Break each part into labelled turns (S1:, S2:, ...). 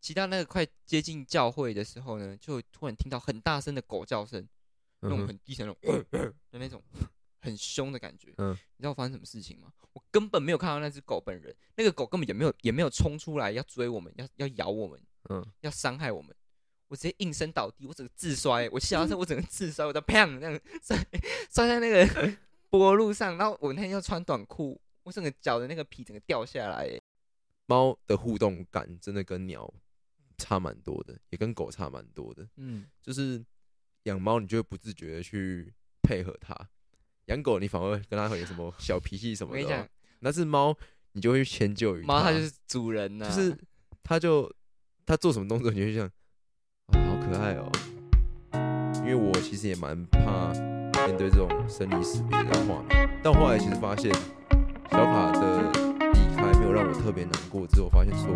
S1: 骑到那个快接近教会的时候呢，就突然听到很大声的狗叫声，那种
S2: 嗯
S1: 很低沉那种的呃那种很凶的感觉。
S2: 嗯
S1: 你知道发生什么事情吗？我根本没有看到那只狗本人，那个狗根本也没有也没有冲出来要追我们，要要咬我们，
S2: 嗯
S1: 要伤害我们。我直接应声倒地，我整个自摔，我下车我整个自摔，我在砰那样摔摔在那 个柏路上，然后我那天要穿短裤，我整个脚的那个皮整个掉下来，欸
S2: 猫的互动感真的跟鸟差蛮多的，也跟狗差蛮多的。
S1: 嗯，
S2: 就是养猫，你就会不自觉的去配合它；养狗，你反而会跟它有什么小脾气什
S1: 我
S2: 么
S1: 跟你
S2: 的哦
S1: 讲。，
S2: 但是猫，你就会去迁就于
S1: 猫它
S2: 它
S1: 就是主人呐、
S2: 啊就是它就它做什么动作，你就会想啊，好可爱哦。因为我其实也蛮怕面对这种生离死别的画面，但我后来其实发现，小卡的离开没有让我特别难过。之后我发现说，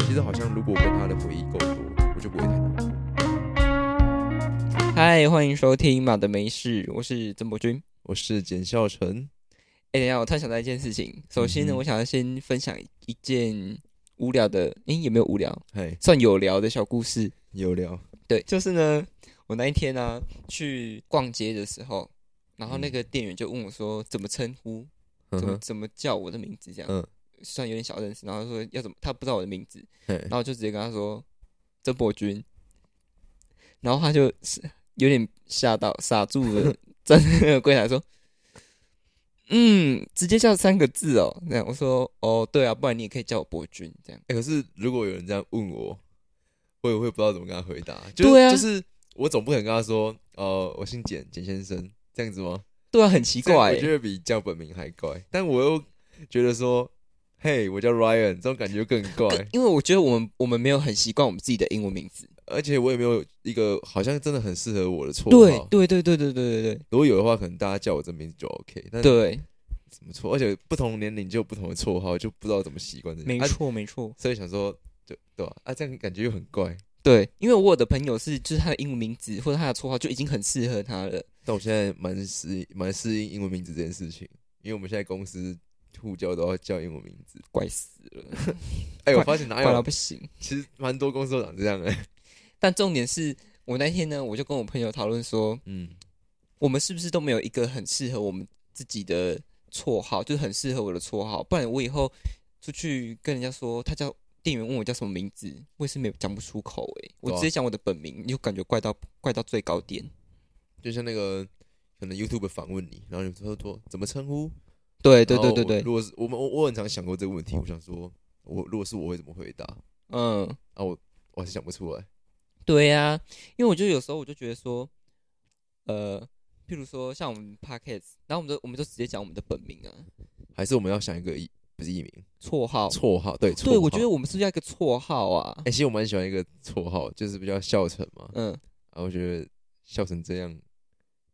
S2: 其实好像如果跟他的回忆够多，我就不会太难过。
S1: 嗨，欢迎收听《马的没事》，我是曾博君。
S2: 我是简孝成，
S1: 哎、等一下，我突然想到一件事情。首先呢，
S2: 嗯哼
S1: 我想要先分享一件无聊的，诶、也没有无聊，
S2: 嘿，
S1: 算有聊的小故事。
S2: 有聊，
S1: 对，就是呢，我那一天呢、去逛街的时候，然后那个店员就问我说怎么称呼，
S2: 嗯
S1: 怎么
S2: 哼，
S1: 怎么叫我的名字这样。
S2: 嗯
S1: 虽然有点小认识，然后说要怎么，他不知道我的名字，
S2: 嘿
S1: 然，后我就直接跟他说曾伯君，然后他就是有点吓到傻住 了，站在那个柜台说：“嗯，直接叫三个字哦。”这样我说：“哦，对啊，不然你也可以叫我伯君。”这样
S2: 欸可是如果有人这样问我，我也会不知道怎么跟他回答。就是、
S1: 对啊
S2: 就是我总不可能跟他说，呃，我姓简，简先生，这样子吗？
S1: 对啊，很奇
S2: 这样
S1: 怪
S2: 我觉
S1: 欸。
S2: 得比叫本名还怪。但我又觉得说，嘿，我叫 Ryan，这种感觉就更怪
S1: 更。欸因为我觉得我们我们没有很习惯我们自己的英文名字。
S2: 而且我也没有一个好像真的很适合我的绰
S1: 对
S2: 号。
S1: 对对对对对对
S2: 如果有的话，可能大家叫我这名字就 OK。但
S1: 对对，
S2: 怎么错？而且不同年龄就有不同的绰号，就不知道怎么习惯这些。
S1: 没
S2: 啊，
S1: 错没错。
S2: 所以想说，就对吧、啊？这样感觉又很怪。
S1: 对，因为我有的朋友是就是他的英文名字或者他的绰号就已经很适合他了。
S2: 但我现在蛮适应蛮适应英文名字这件事情，因为我们现在公司互叫都要叫英文名字。
S1: 怪死了，
S2: 哎、我
S1: 怪
S2: 发现哪
S1: 怪到
S2: 有？
S1: 不行。
S2: 其实蛮多公司都长这样哎、
S1: 但重点是我那天呢，我就跟我朋友讨论说，
S2: 嗯，
S1: 我们是不是都没有一个很适合我们自己的绰号，就是很适合我的绰号，不然我以后出去跟人家说，他叫店员问我叫什么名字，我也是没有讲不出口诶、我
S2: 对啊
S1: 直接讲我的本名，你就感觉怪到怪到最高点。
S2: 就像那个可能 YouTube 访问你，然后你说说怎么称呼？
S1: 对对
S2: 然
S1: 对
S2: 后
S1: 对
S2: 我
S1: 对，
S2: 如果是我们我我很常想过这个问题，我想说，我如果是我会怎么回答？
S1: 嗯，
S2: 啊，我我还是想不出来。
S1: 对呀、因为我就有时候我就觉得说，呃，譬如说像我们 podcast，然后我们就我们就直接讲我们的本名啊，
S2: 还是我们要想一个艺不是艺名，
S1: 绰号。
S2: 绰号对绰号。
S1: 对，我觉得我们是不是要一个绰号啊
S2: 哎、？其实我蛮喜欢一个绰号，就是比较笑成嘛。
S1: 嗯，
S2: 啊，我觉得笑成这样，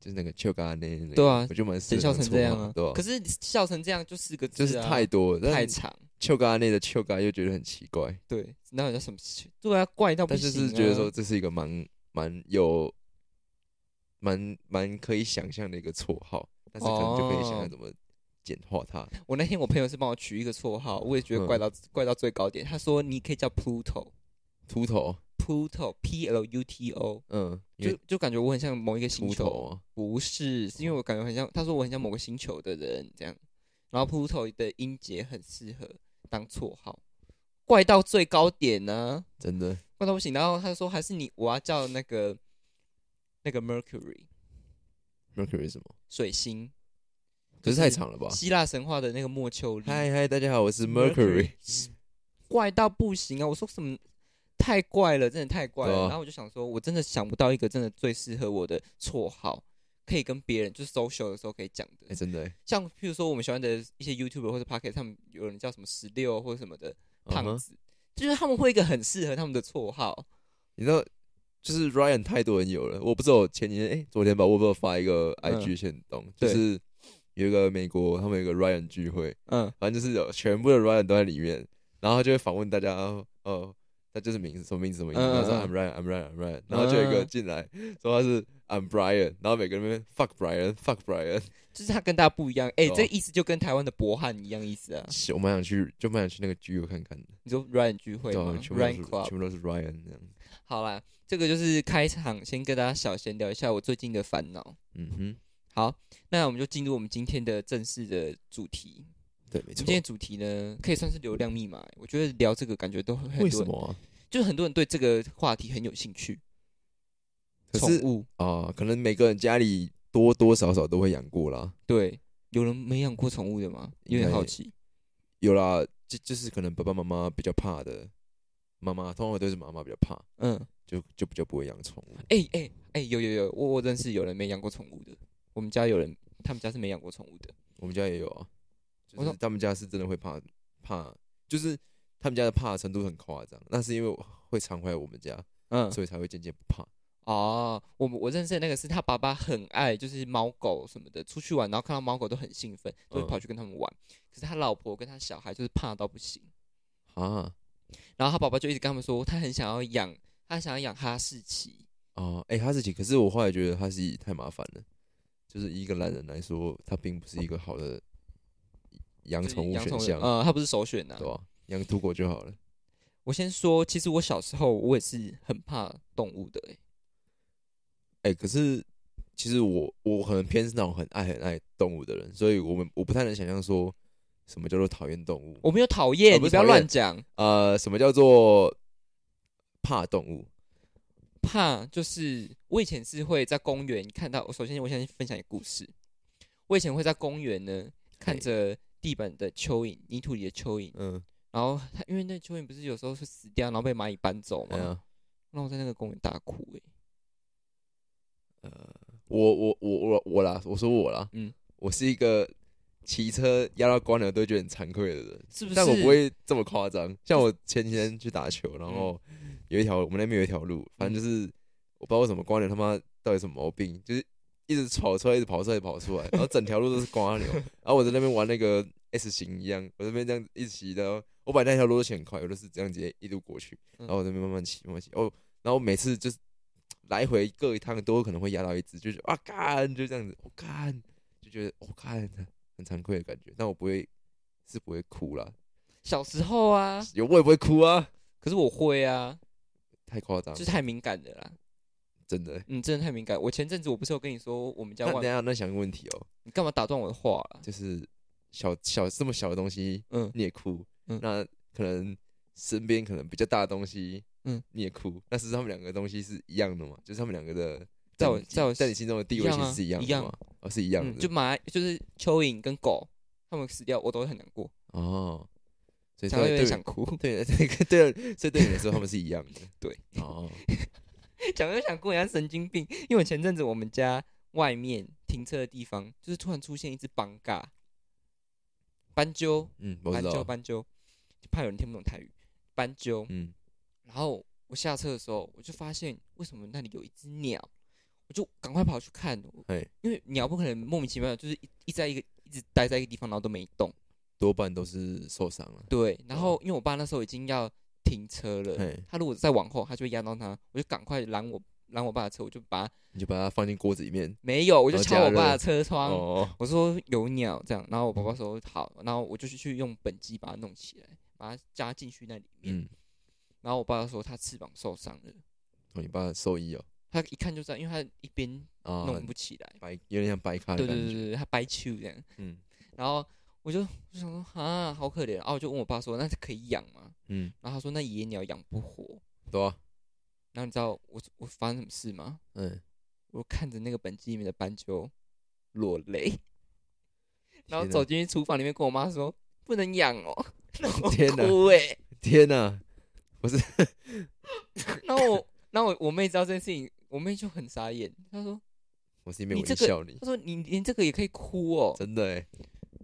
S2: 就是那个秋嘎那那个，
S1: 对啊
S2: 我就蛮
S1: 真
S2: 适
S1: 笑
S2: 合那
S1: 成
S2: 个
S1: 这
S2: 绰
S1: 样
S2: 号
S1: 啊！
S2: 对啊，
S1: 可是笑成这样就四个字、
S2: 就
S1: 啊，
S2: 是太多了，
S1: 太
S2: 但
S1: 长，
S2: 秋嘎那的秋嘎又觉得很奇怪，
S1: 对，那有叫什么？对啊，怪到不
S2: 但
S1: 行、
S2: 是
S1: 啊。
S2: 是觉得说，这是一个蛮蛮有蛮蛮可以想象的一个绰号，但是可能就可以想
S1: 哦
S2: 象怎么简化它。
S1: 我那天我朋友是帮我取一个绰号，我也
S2: 嗯
S1: 觉得怪到、怪到最高点。他说你可以叫 Pluto，Pluto
S2: 秃头，
S1: P L U T O，
S2: 嗯，因
S1: 就
S2: 为
S1: 就感觉我很像某一个星
S2: 秃头
S1: 球，
S2: 啊，
S1: 不是，是因为我感觉很像。他说我很像某个星球的人这样，然后 Pluto 的音节很适合当绰号，怪到最高点啊呢、
S2: 真的
S1: 怪到不行。然后他说还是你，我要叫那个那个 Mercury。
S2: Mercury 是什么？
S1: 水星，
S2: 可是太长了吧？
S1: 希腊神话的那个墨丘利，嗯
S2: 嗨嗨，大家好，我是 Mercury，
S1: 怪到不行啊！我说什么太怪了，真的太怪了。
S2: 对啊
S1: 然后我就想说，我真的想不到一个真的最适合我的绰号，可以跟别人就是 social 的时候可以讲
S2: 哎，
S1: 的。
S2: 真的欸，
S1: 像譬如说我们喜欢的一些 YouTuber 或者 Pocket，他们有人叫什么十六或者什么的
S2: 嗯
S1: 胖
S2: 哼
S1: 子。就是他们会有一个很适合他们的绰号，
S2: 你知道，就是 Ryan 太多人有了。我不是有前几天，哎、昨天吧，我不是有发一个
S1: 嗯
S2: IG 线动，就
S1: 对
S2: 是有一个美国，他们有一个 Ryan 聚会，
S1: 嗯，
S2: 反正就是有全部的 Ryan 都在里面，然后他就会访问大家，呃，他就是名字什么名字什么名
S1: 嗯
S2: 字，
S1: 嗯
S2: 然后说
S1: 嗯
S2: I'm Ryan I'm Ryan I'm Ryan，然后就有一个
S1: 嗯
S2: 进来说他是 I'm Brian，然后每个人在那边 fuck Brian fuck Brian，
S1: 就是他跟大家不一样。哎、
S2: 对啊
S1: 这个意思就跟台湾的博汉一样意思啊。
S2: 我蛮想去，就蛮想去那个居友看看的，
S1: 你说 Run 聚会
S2: 对啊
S1: 吗，
S2: 全部都
S1: ？Run
S2: 是
S1: Club
S2: 全。部都是 Ryan 这样，
S1: 好啦，这个就是开场，先跟大家小闲聊一下我最近的烦恼。
S2: 嗯哼，
S1: 好，那我们就进入我们今天的正式的主题。
S2: 对，没
S1: 我们今
S2: 错。
S1: 天的主题呢，可以算是流量密码。欸我觉得聊这个感觉都很多
S2: 为
S1: 人
S2: 什么啊？
S1: 就是很多人对这个话题很有兴趣。
S2: 可
S1: 宠
S2: 是
S1: 物，
S2: 啊，可能每个人家里多多少少都会养过啦，
S1: 对，有人没养过宠物的吗？有点好奇。
S2: 有啦，就就是可能爸爸妈妈比较怕的，妈妈通常都是妈妈比较怕，
S1: 嗯，
S2: 就就比较不会养宠物。
S1: 哎哎哎，有有有，我我认识有人没养过宠物的。我们家有人，他们家是没养过宠物的。
S2: 我们家也有啊，就
S1: 我
S2: 是
S1: 说
S2: 他们家是真的会怕怕，就是他们家的怕的程度很夸张，那是因为我会常回来我们家，
S1: 嗯，
S2: 所以才会渐渐不怕。
S1: 哦，我们我认识的那个是他爸爸很爱，就是猫狗什么的，出去玩然后看到猫狗都很兴奋，都会
S2: 嗯
S1: 跑去跟他们玩。可是他老婆跟他小孩就是怕到不行，
S2: 啊
S1: 然后他爸爸就一直跟他们说，他很想要养，他想要养哈士奇。
S2: 哦，哎、哈士奇，可是我后来觉得哈士奇太麻烦了，就是以一个懒人来说，它并不是一个好的养
S1: 就是
S2: 宠物选项，
S1: 呃，他不是首选呐、
S2: 对吧、养土狗就好了。
S1: 我先说，其实我小时候我也是很怕动物的、欸，
S2: 哎、可是其实我我可能偏是那种很爱很爱动物的人，所以我们我不太能想象说什么叫做讨厌动物，
S1: 我没有讨厌，
S2: 呃不
S1: 你不
S2: 是
S1: 要
S2: 讨厌
S1: 乱讲。
S2: 呃，什么叫做怕动物？
S1: 怕就是我以前是会在公园看到，我首先我先分享一个故事。我以前会在公园呢，看着地板的蚯蚓、泥土里的蚯蚓，
S2: 嗯，
S1: 然后它因为那蚯蚓不是有时候是死掉，然后被蚂蚁搬走嘛，
S2: 哎呀，
S1: 让我在那个公园大哭欸诶、
S2: 我我我我我啦，我说我啦，
S1: 嗯，
S2: 我是一个骑车压到关了都会觉得很惭愧的人，
S1: 是不是？
S2: 但我不会这么夸张。像我前几天去打球，然后
S1: 嗯
S2: 有一条我们那边有一条路，反正就是我不知道为什么瓜牛他妈到底什么毛病，就是一直跑出来，一直跑出来，一直跑出来，然后整条路都是 瓜牛。然后我在那边玩那个 S 型一样，我这边这样一骑，然后我把那条路都骑很快，我都是这样直接一路过去，
S1: 嗯
S2: 然后我这边慢慢骑，慢慢骑。哦，然后每次就是来回各一趟都有可能会压到一只，就是啊干，就这样子，我、干，就觉得我、干很惭愧的感觉，但我不会。是不会哭啦，
S1: 小时候啊，
S2: 有我也不会哭啊，
S1: 可是我会啊，
S2: 太夸张
S1: 就
S2: 了
S1: 是，太敏感的啦。
S2: 真的。欸
S1: 嗯，真的太敏感。我前阵子我不是有跟你说我们家
S2: 那啊等一
S1: 外，
S2: 下，那想个问题哦，
S1: 你干嘛打断我的话啊啦？
S2: 就是小小这么小的东西
S1: 嗯，
S2: 你也哭，
S1: 嗯
S2: 那可能身边可能比较大的东西，
S1: 嗯，
S2: 你也哭，那是他们两个东西是一样的嘛？就是他们两个的，
S1: 在我
S2: 你
S1: 在我
S2: 在你心中的地位
S1: 一样
S2: 其
S1: 啊
S2: 实是一样
S1: 一
S2: 的
S1: 样
S2: 嘛？哦，是一样
S1: 嗯，
S2: 的，
S1: 就蚂就是蚯蚓跟狗，它们死掉我都会很难过，
S2: 哦，所以
S1: 想到有
S2: 对
S1: 点
S2: 对
S1: 想哭，
S2: 对对对，所以对你来说他们是一样的，
S1: 对，
S2: 哦，
S1: 讲又想哭，人家神经病。因为我前阵子我们家外面停车的地方，就是突然出现一只绑嘎，斑鸠，
S2: 嗯，我
S1: 斑
S2: 知
S1: 鸠，
S2: 道，
S1: 斑鸠，就怕有人听不懂台语，斑鸠。
S2: 嗯，
S1: 然后我下车的时候，我就发现为什么那里有一只鸟，我就赶快跑去看，哦
S2: 嘿，
S1: 因为鸟不可能莫名其妙就是一一在一个一直待在一个地方，然后都没动。
S2: 多半都是受伤了，
S1: 对，然后因为我爸那时候已经要停车了
S2: 哦嘿，
S1: 他如果再往后，他就会压到他，我就赶快拦我拦我爸的车，我就把他
S2: 你就把它放进锅子里面，
S1: 没有，我就
S2: 哦
S1: 敲
S2: 加
S1: 我
S2: 热
S1: 爸的车窗，
S2: 哦，
S1: 我说有鸟这样，然后我爸爸说好，然后我就去去用本机把它弄起来，把它加进去那里面，
S2: 嗯，
S1: 然后我爸说他翅膀受伤了，
S2: 哦，你爸兽医哦，
S1: 他一看就知道，因为他一边
S2: 啊，
S1: 弄不起来，
S2: 白，哦有点像白咖的
S1: 对
S2: 感
S1: 对
S2: 觉。
S1: 对对，他掰球这样，
S2: 嗯
S1: 然后我就我就想说啊，好可怜，然后我就问我爸说那可以养吗？
S2: 嗯，
S1: 然后他说那野鸟养不活，
S2: 对啊，
S1: 然后你知道我我发生什么事吗？
S2: 嗯，
S1: 我看着那个本机里面的斑鸠落泪，然后
S2: 天哪
S1: 走进去厨房里面跟我妈说不能养 哦，然后我
S2: 天哪
S1: 哭哎、
S2: 天哪、
S1: 然后我然后我我妹知道这件事情，我妹就很傻眼，她说
S2: 我是因为我
S1: 你这
S2: 在
S1: 个
S2: 笑你，
S1: 她说你连这个也可以哭哦，
S2: 真的哎，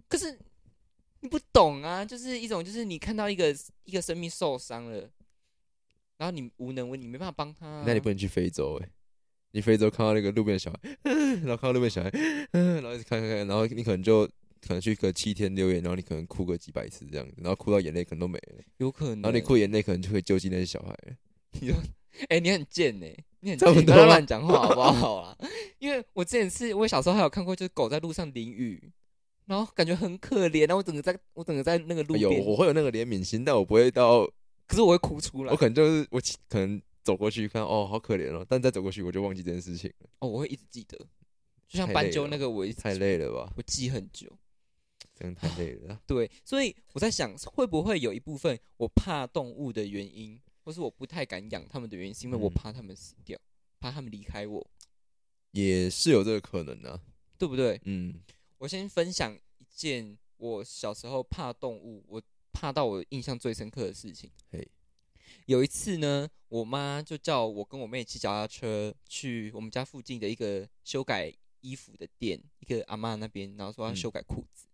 S1: 可是你不懂啊，就是一种就是你看到一个一个生命受伤了，然后你无能为力，你没办法帮啊他、
S2: 那你不能去非洲哎， 你非洲看到那个路边的小孩，然后看到路边的小孩，然后一直看看看，然后你可能就可能去个七天六夜，然后你可能哭个几百次这样子，然后哭到眼泪可能都没了，
S1: 有可能。
S2: 然后你哭眼泪可能就可以救济那些小孩了。
S1: 哎、你很贱呢、你很
S2: 差不
S1: 贱，不
S2: 多啊
S1: 要
S2: 吧
S1: 乱讲话好不好啊？ 因为我之前是我小时候还有看过，就是狗在路上淋雨，然后感觉很可怜，然后我整个在我整个在那个路
S2: 有，
S1: 边，
S2: 哎我会有那个怜悯心，但我不会到，
S1: 可是我会哭出来
S2: 我，可能就是我起可能走过去看，哦，好可怜哦，但再走过去我就忘记这件事情了，
S1: 哦，我会一直记得，就像
S2: 太
S1: 斑
S2: 累
S1: 鸠
S2: 了
S1: 那个我一直
S2: 太
S1: 记
S2: 累了吧，
S1: 我记很久。
S2: 这样太累了。
S1: 对，所以我在想，会不会有一部分我怕动物的原因，或是我不太敢养它们的原因，是因为我
S2: 嗯
S1: 怕它们死掉，怕它们离开我，
S2: 也是有这个可能啊，
S1: 对不对？
S2: 嗯，
S1: 我先分享一件我小时候怕动物，我怕到我印象最深刻的事情。
S2: 嘿，
S1: 有一次呢，我妈就叫我跟我妹骑脚踏车去我们家附近的一个修改衣服的店，一个阿嬷那边，然后说要
S2: 嗯
S1: 修改裤子。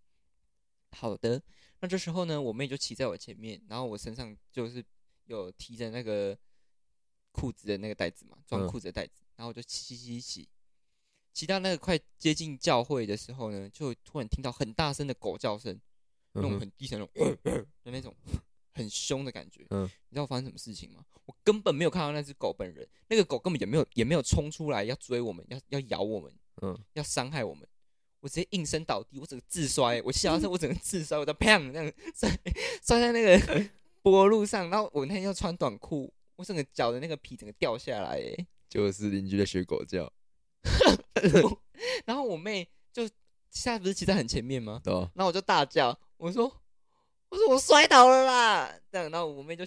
S1: 好的，那这时候呢，我妹就骑在我前面，然后我身上就是有提着那个裤子的那个袋子嘛，装
S2: 嗯
S1: 裤子的袋子，然后我就骑骑骑骑，骑到那个快接近教会的时候呢，就突然听到很大声的狗叫声，那种
S2: 嗯哼
S1: 很低沉那种呃的那种很凶的感觉。
S2: 嗯
S1: 你知道发生什么事情吗？我根本没有看到那只狗本人，那个狗根本也没有也没有冲出来要追我们，要要咬我们，
S2: 嗯，
S1: 要伤害我们。我直接应声倒地，我整个自摔、我下车我整个自摔，我在砰那样摔摔在那个 柏路上，然后我那天要穿短裤，我整个脚的那个皮整个掉下来、欸，
S2: 就是邻居在学狗叫，
S1: 然后我妹就现在不是骑在很前面吗？
S2: 对吧？
S1: 然后我就大叫，我说，我说我摔倒了啦，这样，然后我妹就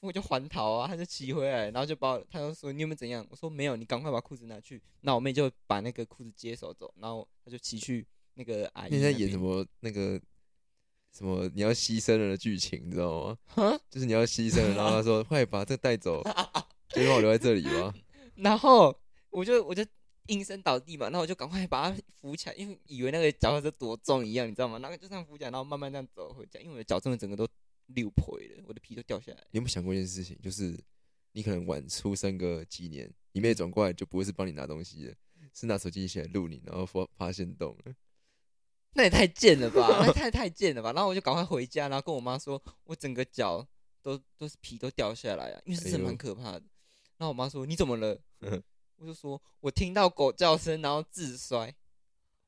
S1: 我就还逃啊，她就骑回来，然后就把我，她就说你有没有怎样？我说没有，你赶快把裤子拿去。那我妹就把那个裤子接手走，然后她就骑去那个阿姨
S2: 你
S1: 那
S2: 在
S1: 边。
S2: 演什么那个什么你要牺牲了的剧情，你知道吗？
S1: 哈？
S2: 就是你要牺牲了，然后他说快把这 带走，就让我留在这里吧。
S1: 然后我就我就应声倒地嘛，然后我就赶快把她扶起来，因为以为那个脚踏车多重一样，你知道吗？然后就这样扶起来，然后慢慢这样走回家，因为我的脚真的整个都溜破了，我的皮都掉下来了。
S2: 你有没有想过一件事情，就是你可能晚出生个几年，你妹转过来就不会是帮你拿东西的，是拿手机一起来录你，然后发发现动了。
S1: 那也太贱了吧！ 那太太贱了吧！然后我就赶快回家，然后跟我妈说，我整个脚都都是皮都掉下来啊，因为是真
S2: 哎
S1: 的
S2: 呦
S1: 蛮可怕的。然后我妈说你怎么了？我就说我听到狗叫声，然后自摔。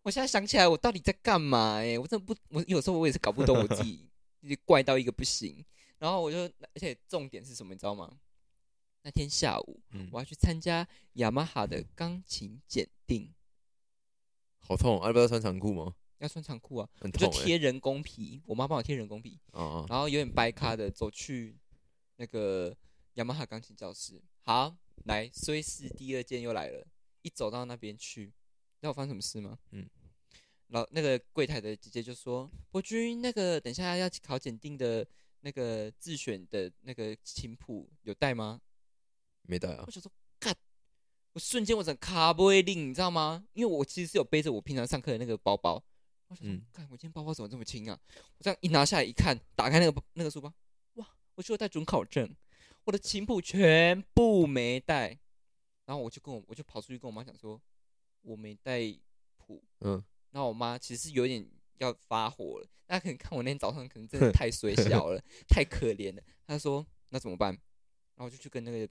S1: 我现在想起来，我到底在干嘛、欸？我真的不，我有时候我也是搞不懂我自己，就是怪到一个不行。然后我就，而且重点是什么，你知道吗？那天下午
S2: 嗯
S1: 我，要去参加雅马哈的钢琴检定，
S2: 好痛！啊，不要穿长裤吗？
S1: 要穿长裤啊。
S2: 很
S1: 我就
S2: 痛哎、
S1: 贴人工皮，我妈帮我贴人工皮，
S2: 哦，
S1: 然后有点掰咖的走去那个雅马哈钢琴教室。好，来，所以是第二件又来了，一走到那边去，你知道我发生什么事吗？
S2: 嗯，
S1: 老那个柜台的姐姐就说：“伯君，那个等一下要考检定的那个自选的那个琴谱有带吗？”
S2: 没带啊
S1: 我。想说，干，我瞬间我整个卡不会令，你知道吗？因为我其实是有背着我平常上课的那个包包，我想说
S2: 嗯，
S1: 干、我今天包包怎么这么轻啊？我这样一拿下来一看，打开那个包那个书包，哇，我只有带准考证，我的琴谱全部没带，然后我就跟我我就跑出去跟我妈讲说，我没带谱，
S2: 嗯，
S1: 然后我妈其实是有点要发火了，那可能看我那天早上可能真的太衰小了，太可怜了。她说那怎么办？然后我就去跟那个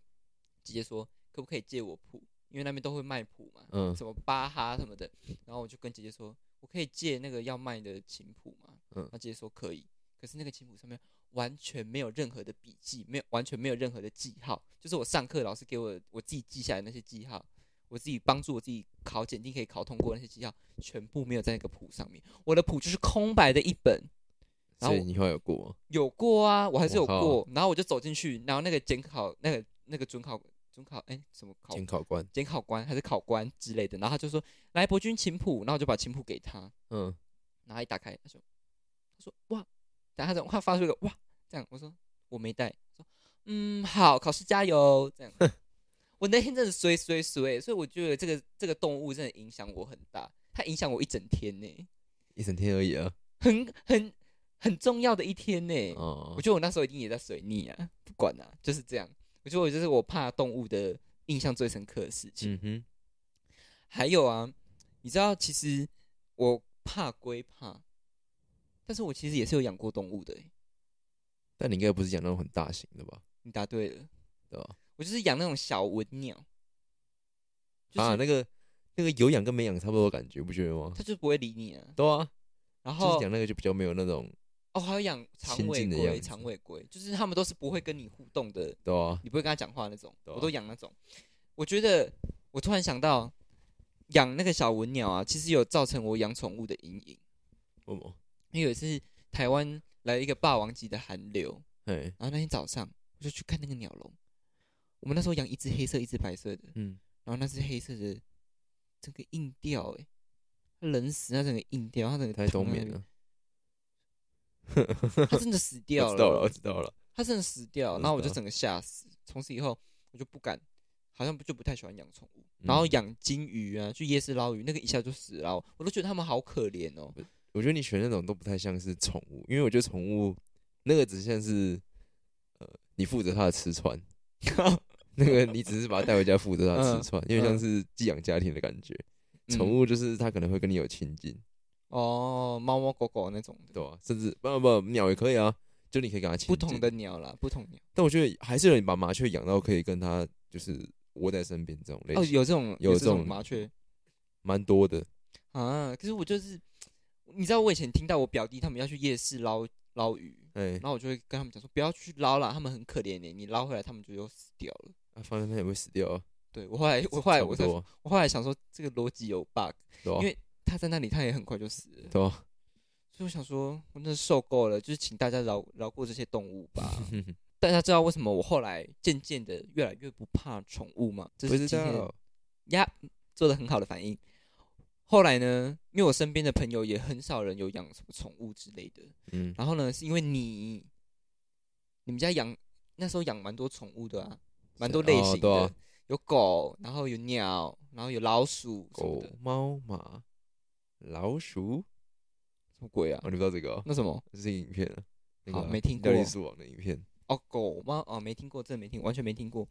S1: 姐姐说，可不可以借我谱？因为那边都会卖谱嘛，
S2: 嗯
S1: 什么巴哈什么的。然后我就跟姐姐说，我可以借那个要卖的琴谱嘛。
S2: 嗯
S1: 然后姐姐说可以，可是那个琴谱上面完全没有任何的笔记，没有完全没有任何的记号，就是我上课老师给我我自己记下来的那些记号，我自己帮助我自己考检定可以考通过的那些记号，全部没有在那个谱上面。我的谱就是空白的一本，然
S2: 所
S1: 后
S2: 以你后来有过吗？
S1: 有过啊，我还是有
S2: 我靠
S1: 过。然后我就走进去，然后那个监考那个那个准考准考哎、什么考
S2: 监考官，
S1: 监考官还是考官之类的，然后他就说来伯君琴谱，然后我就把琴谱给他，
S2: 嗯，
S1: 然后一打开，他说，他说哇，然后他他发出一个哇，这样，我说我没带，说嗯好，考试加油，这样。我那天真的衰衰衰，所以我觉得这个这个动物真的影响我很大，它影响我一整天呢，
S2: 一整天而已啊。
S1: 很很很重要的一天呢。
S2: 哦
S1: 哎我，觉得我那时候一定也在水逆啊，不管啊，就是这样。我觉得我就是我怕动物的印象最深刻的事情。
S2: 嗯哼，
S1: 还有啊，你知道，其实我怕归怕，但是我其实也是有养过动物的、欸，
S2: 但你应该不是养那种很大型的吧？
S1: 你答对了，
S2: 对吧？
S1: 我就是养那种小文鸟，就是、
S2: 啊，那个那个有养跟没养差不多的感觉，不觉得吗
S1: 它？就不会理你啊。
S2: 对啊，
S1: 然
S2: 就
S1: 后
S2: 是养那个就比较没有那种，
S1: 哦，还有养长
S2: 亲
S1: 尾
S2: 近的样
S1: 龟，
S2: 子
S1: 长尾龟就是他们都是不会跟你互动的
S2: 对啊，
S1: 你不会跟他讲话那种，
S2: 对啊
S1: 我都养那种。我觉得我突然想到，养那个小文鸟啊，其实有造成我养宠物的阴影。
S2: 为什么？
S1: 因为有一次台湾来了一个霸王级的寒流，
S2: 嘿，
S1: 然后那天早上我就去看那个鸟笼。我们那时候养一只黑色，一只白色的，
S2: 嗯，
S1: 然后那只黑色的整个硬掉、欸，它冷死，它整个硬掉，它整个
S2: 太
S1: 躺
S2: 冬
S1: 在那
S2: 眠
S1: 边，
S2: 了，
S1: 它真的死掉
S2: 我知道了，我知道了，
S1: 他真的死掉，
S2: 我知道
S1: 然后我就整个吓死。从此以后，我就不敢，好像就不太喜欢养宠物。
S2: 嗯
S1: 然后养金鱼啊，去夜市捞鱼，那个一下就死了，我都觉得他们好可怜哦。
S2: 我觉得你选那种都不太像是宠物，因为我觉得宠物那个只像是，呃，你负责它的吃穿， 那个你只是把它带回家负责它的吃穿，因为像是寄养家庭的感觉。
S1: 嗯
S2: 宠物就是它可能会跟你有亲近，
S1: 哦，猫猫狗狗那种的，
S2: 对吧、甚至不不鸟也可以啊，就你可以跟它亲近。
S1: 不同的，鸟啦，不同鸟。
S2: 但我觉得还是有人把麻雀养到可以跟它就是窝在身边这种类
S1: 哦，
S2: 型，
S1: 有这种
S2: 有
S1: 这
S2: 这种
S1: 麻雀
S2: 蛮多的。
S1: 啊，可是我就是，你知道我以前听到我表弟他们要去夜市捞捞鱼，
S2: 哎
S1: 然，后我就会跟他们讲说不要去捞啦，他们很可怜的，你捞回来他们就又死掉了。
S2: 啊放在那也会死掉啊。
S1: 对我后来我后来
S2: 差不
S1: 我才
S2: 多啊，
S1: 我后来想说这个逻辑有 bug。
S2: 对吧、
S1: 因为他在那里，他也很快就死了。
S2: 对吧、
S1: 所以我想说，我真的受够了，就是请大家饶饶过这些动物 吧。大家知道为什么我后来渐渐的越来越不怕宠物吗？这
S2: 不
S1: 是
S2: 知
S1: 今天
S2: 道，
S1: 呀做的很好的反应。后来呢，因为我身边的朋友也很少人有养什么宠物之类的。
S2: 嗯，
S1: 然后呢，是因为你，你们家养那时候养蛮多宠物的啊，蛮多类型的，
S2: 哦对啊
S1: 有狗，然后有鸟，然后有老鼠什么
S2: 狗
S1: 的，、
S2: 猫、马、老鼠，
S1: 什么鬼啊？
S2: 哦，你不知道这个、哦？
S1: 那什么？
S2: 这是影片啊，那个
S1: 好没听
S2: 《料
S1: 过
S2: 理鼠王》的影片，
S1: 哦，狗吗？哦，没听过，真的没听，完全没听过。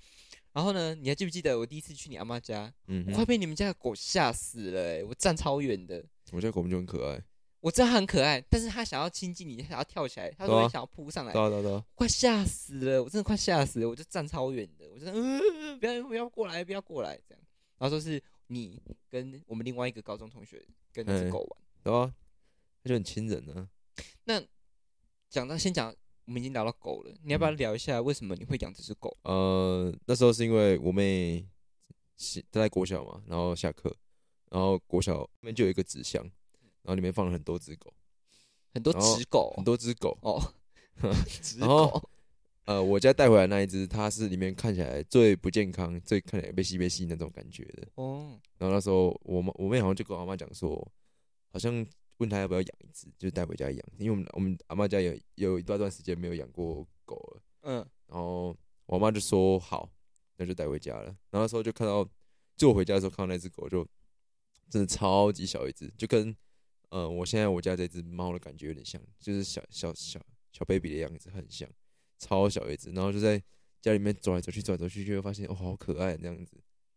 S1: 然后呢，你还记不记得我第一次去你阿妈家，
S2: 嗯
S1: 我快被你们家的狗吓死了、欸，我站超远的。
S2: 我觉得狗们就很可爱，
S1: 我知道它很可爱，但是它想要亲近你，它想要跳起来，它
S2: 对
S1: 说
S2: 啊
S1: 它想要扑上来，
S2: 对啊对啊对啊，
S1: 快吓死了，我真的快吓死了，我就站超远的，我就在嗯、呃，不要不要过来，不要过来这样。然后说是你跟我们另外一个高中同学跟那只
S2: 嗯
S1: 狗玩。
S2: 对啊，它就很亲人啊呢、
S1: 讲到先讲，我们已经聊到狗了，你要不要
S2: 嗯
S1: 聊一下为什么你会养这只狗？
S2: 啊。呃，那时候是因为我妹是她在国小嘛，然后下课，然后国小里面就有一个纸箱，然后里面放了很多只狗，
S1: 很多
S2: 然后
S1: 只狗，
S2: 哦很多哦只狗。
S1: 哦， 只
S2: 然后
S1: 狗。
S2: 呃，我家带回来那一只，它是里面看起来最不健康、最看起来被吸被吸那种感觉的。
S1: 哦，
S2: 然后那时候我妈我妹好像就跟我阿妈讲说，好像问她要不要养一只，就带回家养，因为我们我们阿妈家有有一段段时间没有养过狗了，
S1: 嗯，
S2: 然后我妈就说好，那就带回家了。然后那时候就看到，就我回家的时候看到那只狗就真的超级小一只，就跟呃我现在我家这只猫的感觉有点像，就是小小小小 baby 的样子很像，超小一只。然后就在家里面走来走去，走来走去，就会发现哦好可爱这样子。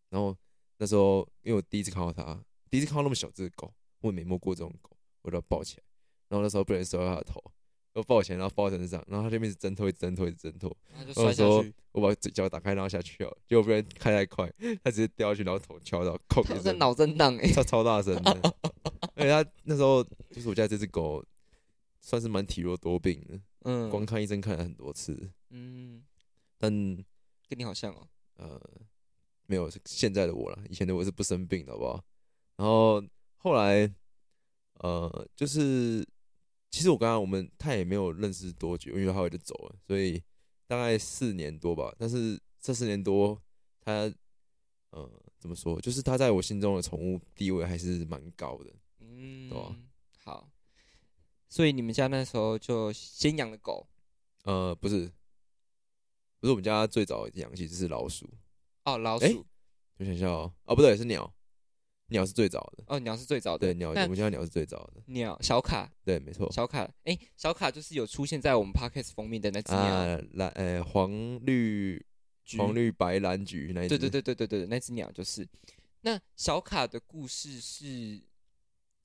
S2: 然后那时候因为我第一次看到它，第一次看到那么小只的狗，我也没摸过这种狗，我就要抱起来。然后那时候不小心摔到它的头，我抱起来，然后抱在身上，然后它就一直挣脱，一直挣脱，一直挣脱。
S1: 他就
S2: 我
S1: 摔下
S2: 说
S1: 去，
S2: 我把嘴角打开，然后下去哦，结果不然开太快，他直接掉下去，然后头敲到，扣
S1: 他
S2: 一
S1: 在
S2: 声，
S1: 脑震荡哎，
S2: 超超大声的。而且他那时候就是我家这只狗，算是蛮体弱多病的，
S1: 嗯，
S2: 光看医生看了很多次，
S1: 嗯，
S2: 但
S1: 跟你好像哦，
S2: 呃，没有是现在的我了，以前的我是不生病的，好不好？然后后来呃，就是其实我刚刚我们他也没有认识多久，因为他后来就走了，所以大概四年多吧。但是这四年多，他呃怎么说，就是他在我心中的宠物地位还是蛮高的。
S1: 嗯，
S2: 对啊
S1: 好，所以你们家那时候就先养了狗
S2: 呃，不是，不是我们家最早养其实是老鼠，
S1: 哦，老
S2: 诶
S1: 鼠
S2: 我想一下哦，哦不对，是鸟，鸟是最早的。
S1: 哦，鸟是最早的
S2: 对，鸟，我
S1: 那
S2: 们家鸟是最早的。
S1: 鸟小卡
S2: 对，没错。
S1: 小卡，哎，小卡就是有出现在我们 podcast 封面的那只鸟，
S2: 啊，蓝呃黄绿
S1: 橘
S2: 黄绿白蓝橘那一
S1: 对
S2: 只，
S1: 对对对对对，那只鸟就是。那小卡的故事是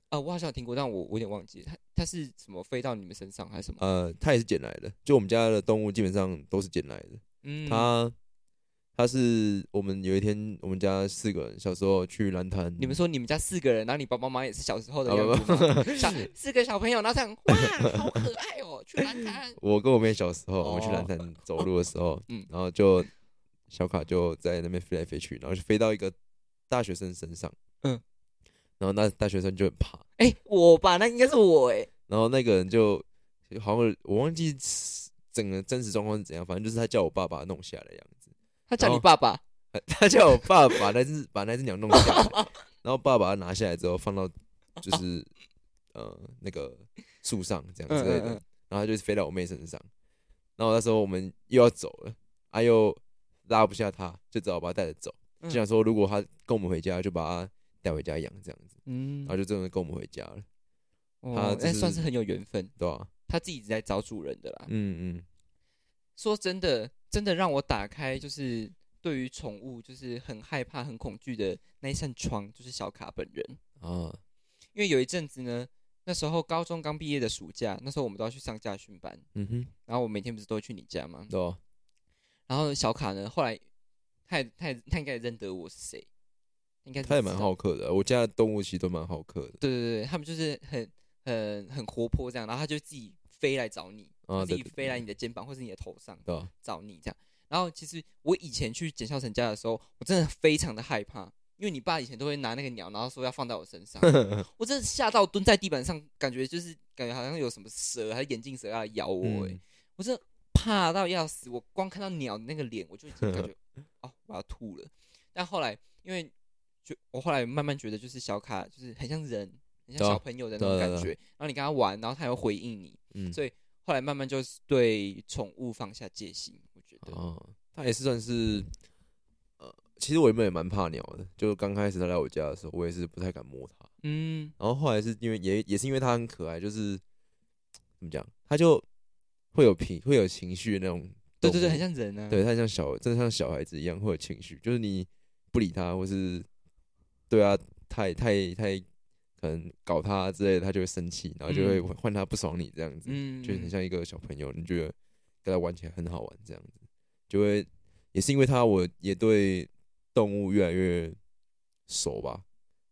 S1: 啊，我好像有听过，但我我有点忘记，它它是什么飞到你们身上还是什么？
S2: 呃，它也是捡来的，就我们家的动物基本上都是捡来的。
S1: 嗯，
S2: 它它是我们有一天我们家四个人小时候去蓝潭，
S1: 你们说你们家四个人，然后你爸爸妈妈也是小时候的
S2: 啊
S1: 样
S2: 不
S1: 子吗？小四 个小朋友，然后这样，哇，好可爱哦，去蓝潭。
S2: 我跟我妹小时候，我们去
S1: 哦
S2: 蓝 潭走路的时候，
S1: 嗯
S2: 然后就小卡就在那边飞来飞去，然后就飞到一个大学生身上，
S1: 嗯，
S2: 然后那大学生就很怕，
S1: 哎、我吧，那应该是我哎、
S2: 然后那个人就好像我忘记整个真实状况是怎样，反正就是他叫我爸把他弄下来的样 子，
S1: 他
S2: 哦
S1: 叫你爸爸，
S2: 他叫我爸把那只把那只鸟弄下来， 然后爸把它拿下来之后放到就是呃那个树上这样之类
S1: 嗯
S2: 的，
S1: 嗯嗯
S2: 然后它就飞到我妹身上，然后那时候我们又要走了，啊又拉不下它，就只好把它带着走，
S1: 嗯
S2: 就想说如果它跟我们回家，就把它带回家养这样子，
S1: 嗯
S2: 然后就真的跟我们回家了，
S1: 哦，
S2: 他
S1: 那
S2: 就是
S1: 算是很有缘分，
S2: 对吧、
S1: 他自己一直在找主人的啦。
S2: 嗯嗯，
S1: 说真的，真的让我打开就是对于宠物就是很害怕、很恐惧的那一扇窗，就是小卡本人。
S2: 啊
S1: 因为有一阵子呢，那时候高中刚毕业的暑假，那时候我们都要去上驾训班，
S2: 嗯哼，
S1: 然后我每天不是都会去你家吗？
S2: 对吧、
S1: 然后小卡呢，后来他也他也他应该也认得我是谁，应该是
S2: 它也蛮
S1: 知道
S2: 好客的，我家的动物其实都蛮好客的，
S1: 对对对，他们就是很很很活泼这样，然后他就自己飞来找你，
S2: 啊
S1: 他自己
S2: 对对对
S1: 飞来你的肩膀或是你的头上
S2: 对吧、
S1: 找你这样。然后其实我以前去简孝成家的时候，我真的非常的害怕，因为你爸以前都会拿那个鸟，然后说要放到我身 上，我真的吓到蹲在地板上，感觉就是感觉好像有什么蛇还是眼镜蛇要来咬我、欸，
S2: 嗯
S1: 我真的怕到要死，我光看到鸟的那个脸，我就已经 感觉哦我要吐了。但后来因为就我后来慢慢觉得，就是小卡就是很像人，很像
S2: 对啊
S1: 小朋友的那种
S2: 对啊
S1: 感
S2: 对啊
S1: 觉，然后你跟他玩，然后他又回应你，
S2: 嗯，
S1: 所以后来慢慢就是对宠物放下戒心，我觉得。
S2: 哦，他也是算是，呃，其实我原本也蛮怕鸟的，就刚开始他来我家的时候，我也是不太敢摸它。
S1: 嗯，
S2: 然后后来是因为也也是因为它很可爱，就是怎么讲，它就会有情会有情绪的那种，
S1: 对对对，很，像人啊。
S2: 对，它像小真的像小孩子一样会有情绪，就是你不理它或是对啊，太太太可能搞它之类的，它就会生气，然后就会
S1: 嗯
S2: 换它不爽你这样子。
S1: 嗯，嗯，
S2: 就很像一个小朋友，你觉得跟他玩起来很好玩，这样子，就会也是因为他，我也对动物越来越熟吧，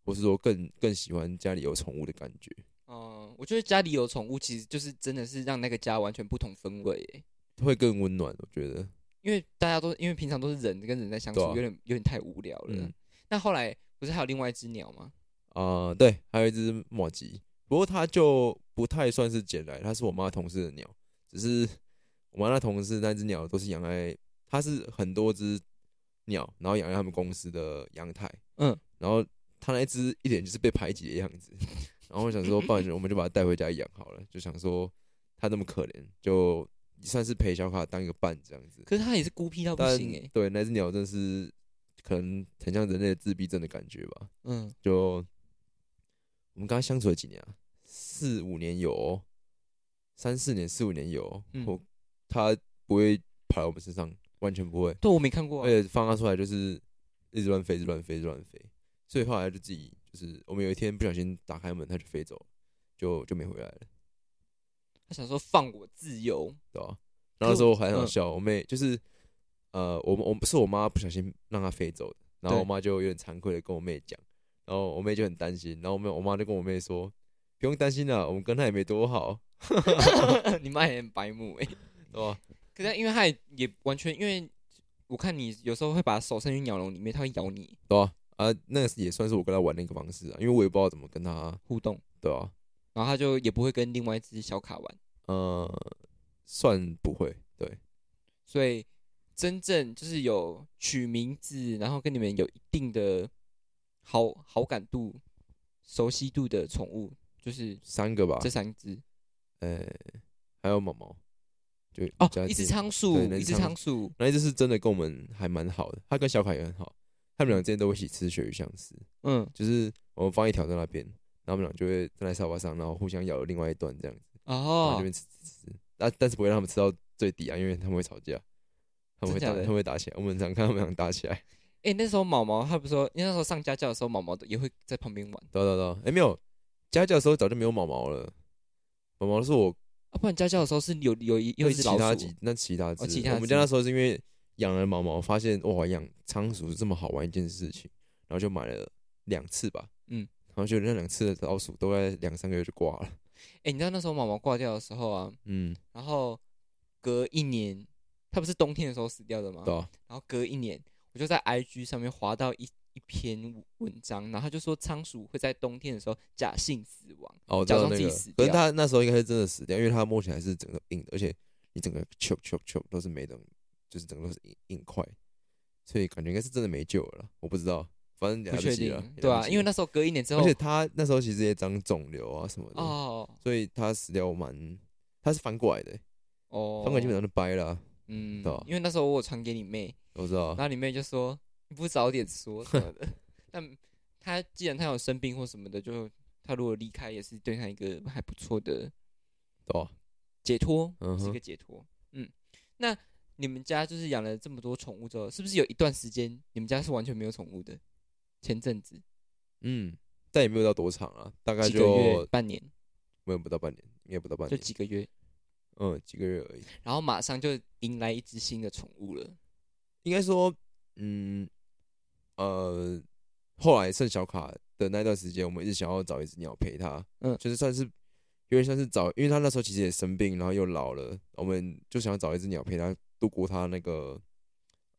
S2: 或是说更更喜欢家里有宠物的感觉。
S1: 嗯，我觉得家里有宠物，其实就是真的是让那个家完全不同氛围欸，
S2: 会更温暖，我觉得。
S1: 因为大家都因为平常都是人跟人在相处
S2: 对啊，
S1: 有点有点太无聊了
S2: 嗯。
S1: 那后来不是还有另外一只鸟吗？
S2: 啊、对，还有一只莫吉，不过它就不太算是捡来，它是我妈同事的鸟，只是我妈那同事那只鸟都是养在，它是很多只鸟，然后养在他们公司的阳台，
S1: 嗯，
S2: 然后它那一只一脸就是被排挤的样子， 然后我想说，不然我们就把它带回家养好了，就想说它那么可怜，就算是陪小卡当一个伴这样子，
S1: 可是它也是孤僻到不
S2: 但
S1: 行哎。
S2: 对那只鸟真的是可能很像人类的自闭症的感觉吧，
S1: 嗯，
S2: 就我们跟他相处了几年啊，四五年有哦、三四年、四五年有哦、
S1: 嗯
S2: 我他不会爬到我们身上，完全不会，
S1: 对我没看过啊。
S2: 而且放他出来就是一直乱飞、一直乱飞、一直乱飞，所以后来就自己就是我们有一天不小心打开门，它就飞走了，就就没回来了，
S1: 他想说放我自由，
S2: 对吧、啊
S1: 可
S2: 然后那时候还很
S1: 我
S2: 好
S1: 嗯
S2: 笑，我妹就是呃，我们我们是我妈不小心让它飞走的，然后
S1: 对
S2: 我妈就有点惭愧的跟我妹讲，然后我妹就很担心，然后我妹我妈就跟我妹说，不用担心啦，我们跟她也没多好，
S1: 你妈也很白目哎。
S2: 对吧？
S1: 可是因为它也也完全，因为我看你有时候会把手伸进鸟笼里面，它会咬你
S2: 对吧？啊，那也算是我跟她玩的一个方式啊，因为我也不知道怎么跟她，
S1: 互动，
S2: 对吧？
S1: 然后它就也不会跟另外一只小卡玩。
S2: 呃，算不会，对，
S1: 所以真正就是有取名字，然后跟你们有一定的好好感度、熟悉度的宠物，就是
S2: 三个吧
S1: 这，三只
S2: 呃，还有毛毛，就
S1: 哦
S2: 加，
S1: 一只
S2: 进
S1: 仓鼠，
S2: 对那
S1: 一只
S2: 只仓
S1: 仓鼠，
S2: 那一只是真的跟我们还蛮好的，他跟小凯也很好，他们俩之间都会一起吃鳕鱼香丝，
S1: 嗯，
S2: 就是我们放一条在那边，然后我们俩就会站在沙发上，然后互相咬另外一段这样子，然后这
S1: 哦，
S2: 边吃吃吃，啊但但是不会让他们吃到最底啊，因为他们会吵架，他们会
S1: 真假
S2: 打，
S1: 的
S2: 他们会打起来，我们很常看他们俩打起来，
S1: 哎、那时候毛毛他不是说，因为那时候上家教的时候，毛毛也会在旁边玩，
S2: 对啊对啊对啊，哎没有，家教的时候早就没有毛毛了，毛毛是我
S1: 啊，不然家教的时候是有有一
S2: 那
S1: 有一
S2: 是
S1: 只
S2: 其
S1: 老
S2: 他
S1: 鼠哦
S2: 几，那其他只、
S1: 其他
S2: 我们
S1: 只
S2: 家那时候是因为养了毛毛，发现哇养仓鼠是这么好玩一件事情，然后就买了两次吧，
S1: 嗯，
S2: 然后就那两次的老鼠都在两三个月就挂了，
S1: 哎、你知道那时候毛毛挂掉的时候啊，
S2: 嗯，
S1: 然后隔一年，它不是冬天的时候死掉的吗？
S2: 对、啊，
S1: 然后隔一年，我就在 IG 上面划到一一篇文章，然后他就说仓鼠会在冬天的时候假性死亡，
S2: 哦，我知
S1: 假
S2: 道
S1: 装
S2: 那
S1: 自己
S2: 个
S1: 死，
S2: 可是
S1: 掉
S2: 它那时候应该是真的死掉，因为它摸起来是整个硬的，而且你整个 choke choke choke 都是没等，就是整个都是硬硬块，所以感觉应该是真的没救了啦，我不知道，反正也
S1: 不
S2: 来
S1: 确
S2: 及
S1: 定
S2: 了，，
S1: 对啊，因为
S2: 那
S1: 那时候隔一年之后
S2: 而，且它那时候其实也长肿瘤啊什么的，
S1: 哦
S2: 所以它死掉蛮，它是翻过来的、欸
S1: 哦，
S2: 翻过来基本上就掰了啊、
S1: 嗯
S2: 对啊，
S1: 因为那时候我有传给你妹，
S2: 我知道啊
S1: 然，后你妹就说你不早点说什么的， 但她既然她有生病或什么的，就她如果离开也是对她一个还不错的
S2: 对啊，
S1: 解脱，
S2: 嗯
S1: 是一
S2: 哼
S1: 个，解脱。嗯，那你们家就是养了这么多宠物之后，是不是有一段时间你们家是完全没有宠物的？前阵子
S2: 嗯，但也没有到多长啊，大概
S1: 几个月、
S2: 就
S1: 半年，
S2: 没有不到半年，应该不到半
S1: 就
S2: 年，
S1: 几个月，
S2: 嗯，几个月而已。
S1: 然后马上就迎来一只新的宠物了。
S2: 应该说，嗯，呃，后来剩小卡的那段时间，我们一直想要找一只鸟陪它，
S1: 嗯
S2: 就是算是有点像是找，因为它那时候其实也生病，然后又老了，我们就想要找一只鸟陪它度过它那个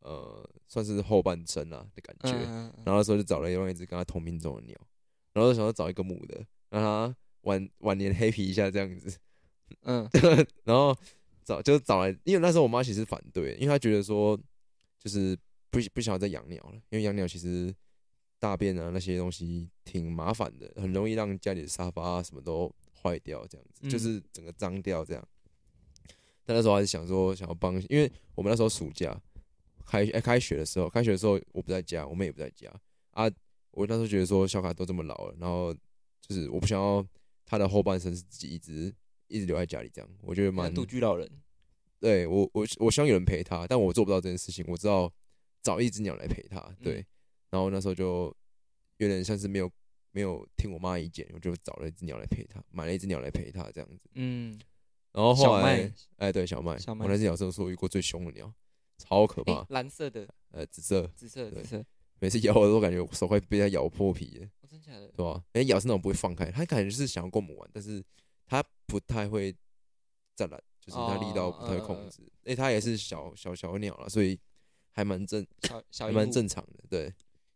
S2: 呃，算是后半生啦的感觉。
S1: 嗯，
S2: 然后那时候就找了另外一只跟它同品种的鸟，然后就想要找一个母的，让它晚晚年黑皮一下这样子。
S1: 嗯，
S2: 然后找就找来，因为那时候我妈其实反对，因为她觉得说就是不不想要再养鸟了，因为养鸟其实大便啊那些东西挺麻烦的，很容易让家里的沙发啊什么都坏掉，这样子、
S1: 嗯
S2: 就是整个脏掉这样。但那时候还是想说想要帮，因为我们那时候暑假开、哎开学的时候，开学的时候我不在家，我妹也不在家啊。我那时候觉得说小卡都这么老了，然后就是我不想要她的后半生是自己一直一直留在家里这样，我觉得蛮
S1: 像独居老人。
S2: 对我我我希望有人陪他，但我做不到这件事情。我知道找一只鸟来陪他，对。
S1: 嗯
S2: 然后那时候就有点像是没有没有听我妈意见，我就找了一只鸟来陪他，买了一只鸟来陪他这样子。
S1: 嗯，
S2: 然后后
S1: 小
S2: 来
S1: 麦，
S2: 哎，对小麦，
S1: 小麦
S2: 我那只鸟是我说遇过最凶的鸟，超可怕
S1: 哎，，蓝色的、
S2: 呃，紫色，
S1: 紫色、
S2: 啊对
S1: 紫色，
S2: 每次咬我都感觉我手快被它咬破皮了，
S1: 哦，真假的？
S2: 对吧？哎，咬是那种不会放开，它感觉是想要跟我们玩，但是它不太会再来，就是它力道不太会控制。
S1: 哦
S2: 哎、它也是小小小鸟了，所以还蛮正，
S1: 小小
S2: 还
S1: 鹦
S2: 蛮
S1: 鹉。
S2: 正常的。对，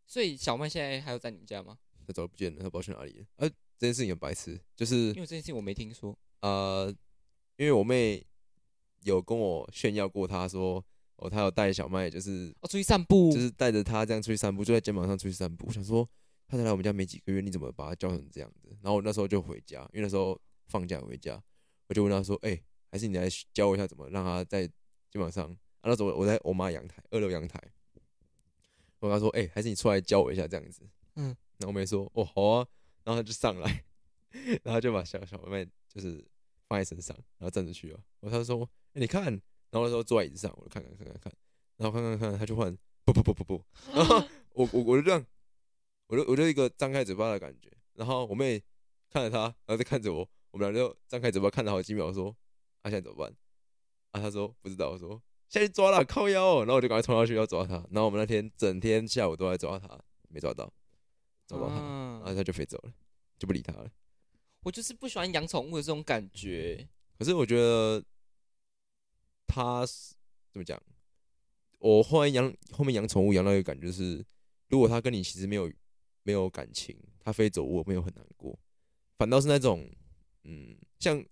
S1: 所以小麦现在还有在你们家吗？
S2: 它早就不见了，它不知道去哪里了。呃，这件事情很白痴，就是
S1: 因为这件事情我没听说。
S2: 呃，因为我妹有跟我炫耀过，她说哦，她有带小麦，就是
S1: 哦，出去散步，
S2: 就是带着它这样出去散步，就在肩膀上出去散步。我想说，它才来我们家没几个月，你怎么把它教成这样子？然后我那时候就回家，因为那时候放假回家，我就问他说：“哎、还是你来教我一下怎么让它在肩膀上？”啊，那时候我在我妈阳台，二楼阳台，我跟她说：“哎、还是你出来教我一下这样子。”
S1: 嗯，
S2: 然后我妹说：“哦，好啊。”然后她就上来， 然后就把小小妹就是放在身上，然后站着去哦。我她就说：“哎、你看。”然后那时候坐在椅子上，我就看看看看看，然后看看看，她就换。不不不不不，然后我我我就这样，我就我就一个张开嘴巴的感觉，然后我妹看着她，然后再看着我，我们俩就张开嘴巴看了好几秒，说啊现在怎么办？啊她说不知道，我说下去抓啦，靠腰、哦，然后我就赶快冲下去要抓她，然后我们那天整天下午都在抓她，没抓到，找不到她，
S1: 啊
S2: 然后她就飞走了，就不理她了。
S1: 我就是不喜欢养宠物的这种感觉。
S2: 可是我觉得他是怎么讲？我后来养后面养宠物养到一个感觉是，如果他跟你其实没有没有感情，他飞走我没有很难过，反倒是那种嗯，像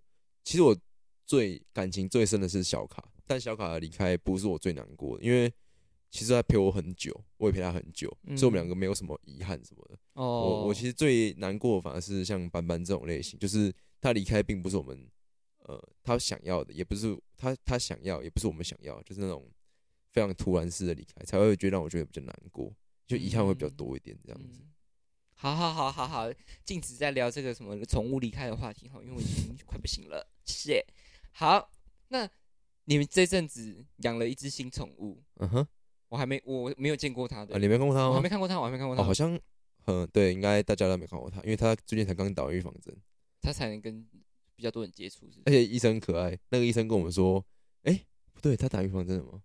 S2: 其实我最感情最深的是小卡，但小卡的离开不是我最难过的，因为其实他陪我很久，我也陪他很久，
S1: 嗯
S2: 所以我们两个没有什么遗憾什么的。
S1: 哦，
S2: 我我其实最难过的反而是像斑斑这种类型，就是他离开并不是我们呃他想要的，也不是他他想要，也不是我们想要，就是那种非常突然式的离开，才会觉得让我觉得比较难过，就遗憾会比较多一点这样子。
S1: 嗯好好好好好，禁止再聊这个什么宠物离开的话题哈，因为我已 经快不行了，谢谢。好，那你们这阵子养了一只新宠物，
S2: 嗯哼，
S1: 我还没我没有见过它的，
S2: 啊，你没看过他
S1: 我还
S2: 吗
S1: 没？看过它，我还没看过它。
S2: 哦，好像嗯，对，应该大家都没看过他，因为他最近才刚打完预防针，
S1: 他才能跟比较多人接触，是不
S2: 而
S1: 是
S2: 且医生很可爱，那个医生跟我们说，哎、不对，他打预防针了吗？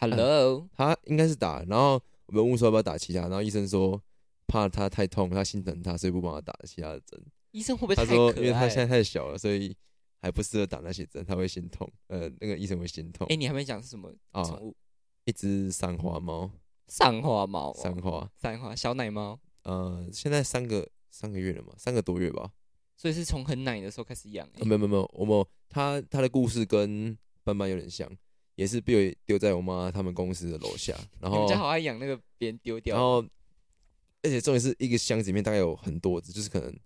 S1: ？Hello，
S2: 他应该是打，然后我们问说要不要打其他，然后医生说怕他太痛，他心疼他，所以不帮他打其他的针。
S1: 医生会不会
S2: 他
S1: 太
S2: 说，
S1: 可
S2: 因为他
S1: 爱
S2: 现在
S1: 了？
S2: 太小了，所以还不适合打那些针，他会心痛。呃，那个医生会心痛。
S1: 哎，你还没讲是什么
S2: 啊，
S1: 宠物？
S2: 一只三花猫，
S1: 三花猫哦，
S2: 三花，
S1: 三花小奶猫，
S2: 呃，现在三个三个月了嘛，三个多月吧。
S1: 所以是从很奶的时候开始养欸。
S2: 呃、没有没有没有，我们他他的故事跟斑斑有点像，也是被丢在我妈他们公司的楼下，然
S1: 你
S2: 后
S1: 们家好爱养那个别人丢掉
S2: 然
S1: 的，
S2: 后，而且重点是一个箱子里面大概有很多只，就是可能